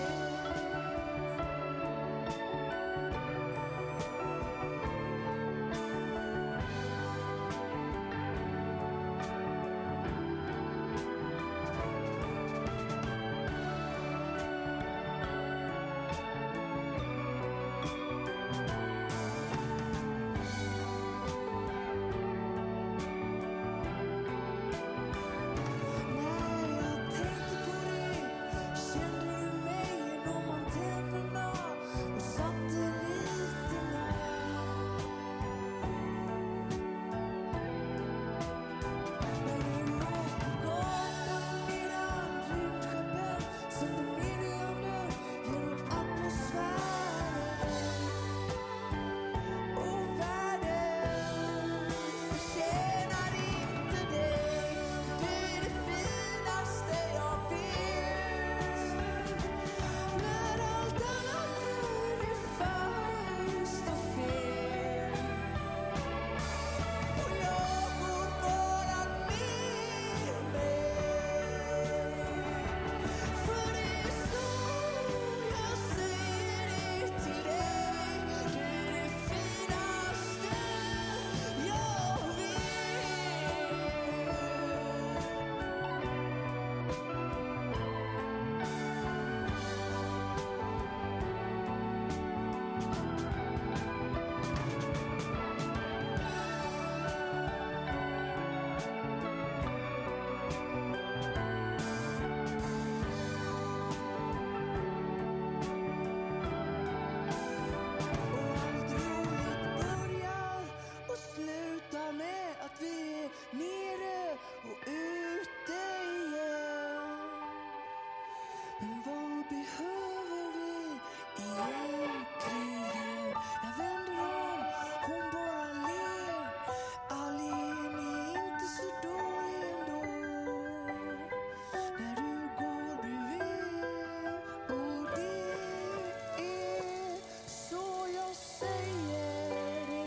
[SPEAKER 3] När jag tänkte på dig kände du mig inom antennerna och satelliterna När du låg på gatan i den rymdskeppen sände meddelanden genom atmosfären och världen förtjänar inte dig Det är det finaste jag vet När allt annat är det falskt och fel Och jag går bara ner mig För det är så jag säger det till dig Det är det finaste jag vet Och allt roligt börjar och slutar med att vi är nere och ute igen. Men vad behöver vi egentligen? Jag vänder om, hon bara ler. Alien är inte så dålig ändå. När du går bredvid och det är så jag säger det